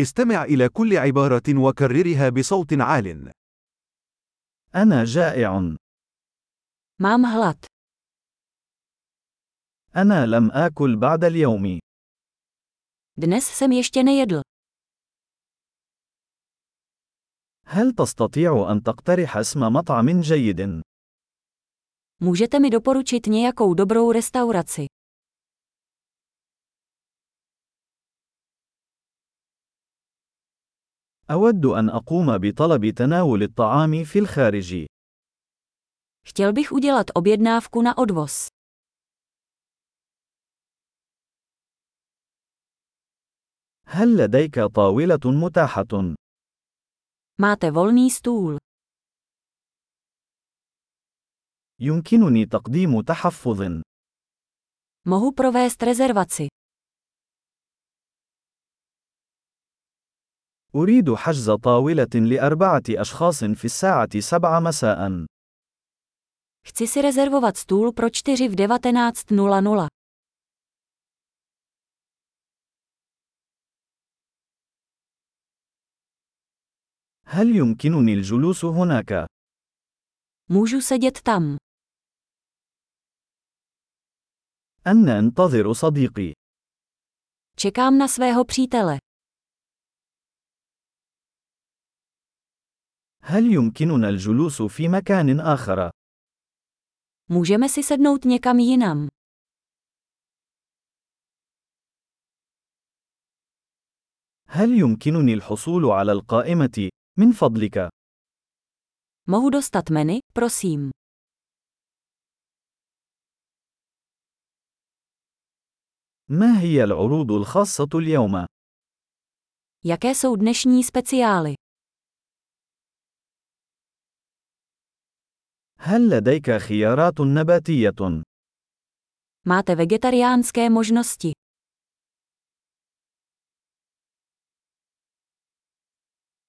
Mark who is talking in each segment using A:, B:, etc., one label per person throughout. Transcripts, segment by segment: A: استمع إلى كل عبارة وكررها بصوت عال.
B: أنا جائع.
C: Mám hlad.
B: أنا لم آكل بعد اليوم.
C: Dnes jsem ještě nejedl.
B: هل تستطيع أن تقترح اسم مطعم جيد؟
C: Můžete mi doporučit nějakou dobrou restauraci.
B: أود أن أقوم بطلب تناول الطعام في الخارج.
C: Chtěl bych udělat objednávku na odvoz.
B: هل لديك طاولة متاحة؟
C: Máte volný stůl.
B: يمكنني تقديم تحفظ.
C: Mohu provést rezervaci.
B: أريد حجز طاولة لأربعة أشخاص في الساعة 7 مساء.
C: Chci si rezervovat stůl pro 4 v 19.00.
B: هل يمكنني الجلوس هناك؟
C: Můžu sedět tam.
B: أنا أنتظر صديقي.
C: Čekám na svého přítele.
B: هل يمكننا الجلوس في مكان آخر؟
C: Můžeme si sednout někam jinam.
B: هل يمكنني الحصول على القائمة؟ من فضلك.
C: Mohu dostat menu, prosím.
B: ما هي العروض الخاصة اليوم؟
C: Jaké jsou dnešní speciály?
B: هل لديك خيارات نباتية؟
C: Máte vegetariánské možnosti.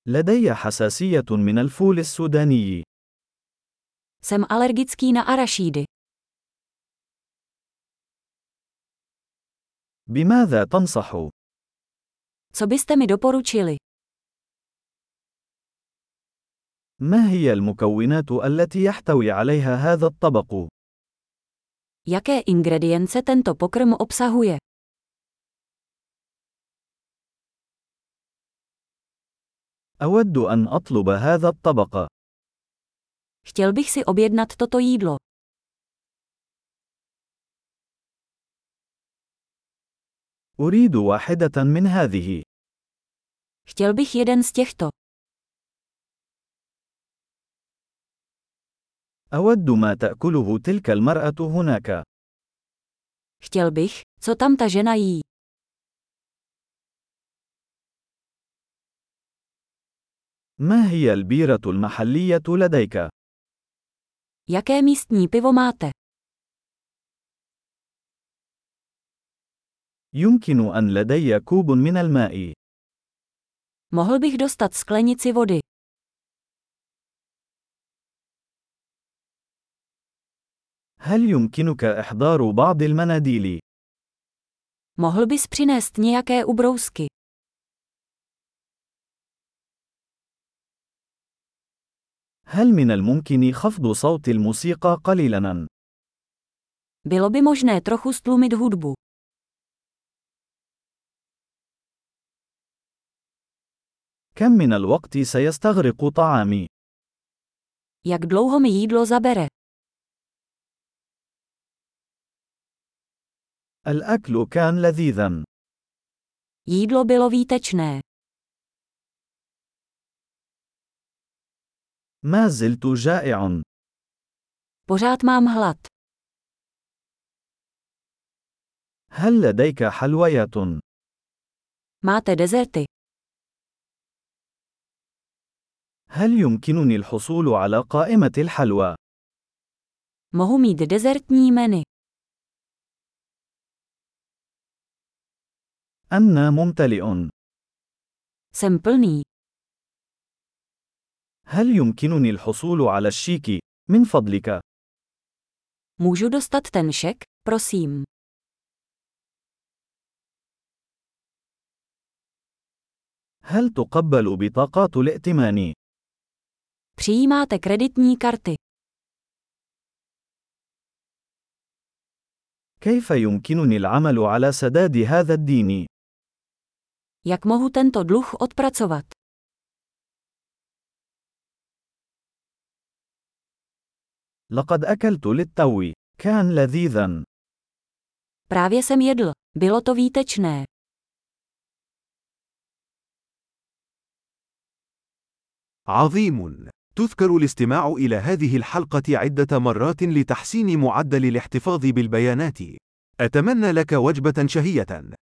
B: لدي حساسية من الفول السوداني.
C: Jsem alergický na arašídy.
B: بماذا تنصح؟
C: Co byste mi doporučili?
B: ما هي المكونات التي يحتوي عليها هذا الطبق؟
C: Jaké ingredience tento pokrm obsahuje?
B: أود أن أطلب هذا الطبق.
C: Chtěl bych si objednat toto jídlo.
B: أريد واحدة من هذه.
C: Chtěl bych jeden z těchto.
B: أود ما تأكله تلك المرأة هناك.
C: Chtěl bych, co tam ta žena jí.
B: ما هي البيرة المحلية لديك؟
C: Jaké místní pivo máte?
B: يمكن أن لدي كوب من الماء.
C: Mohl bych dostat sklenici vody.
B: هل يمكنك إحضار بعض المناديل؟
C: Mohl bys přinést nějaké ubrousky.
B: هل من الممكن خفض صوت الموسيقى قليلاً؟
C: Bylo by možné trochu stlumit hudbu.
B: كم من الوقت سيستغرق طعامي؟
C: Jak dlouho mi jídlo zabere?
B: الأكل كان لذيذا.
C: Jídlo bylo výtečné.
B: ما زلت جائع.
C: Pořád mám hlad.
B: هل لديك حلويات؟
C: Máte dezerty.
B: هل يمكنني الحصول على قائمة الحلوى؟
C: Mohu mít dezertní menu.
B: أنا ممتلئ.
C: Jsem plný.
B: هل يمكنني الحصول على الشيك؟ من فضلك.
C: Můžu dostat ten šek, prosím.
B: هل هل تقبل بطاقات الائتمان؟
C: Přijímáte kreditní karty.
B: كيف يمكنني العمل على سداد هذا الدين؟
C: Jak mohu tento dluh odpracovat?
B: لقد أكلت للتو. كان لذيذا.
C: Právě jsem jedl. Bylo to výtečné.
A: عظيم تذكر الاستماع إلى هذه الحلقة عدة مرات لتحسين معدل الاحتفاظ بالبيانات أتمنى لك وجبة شهية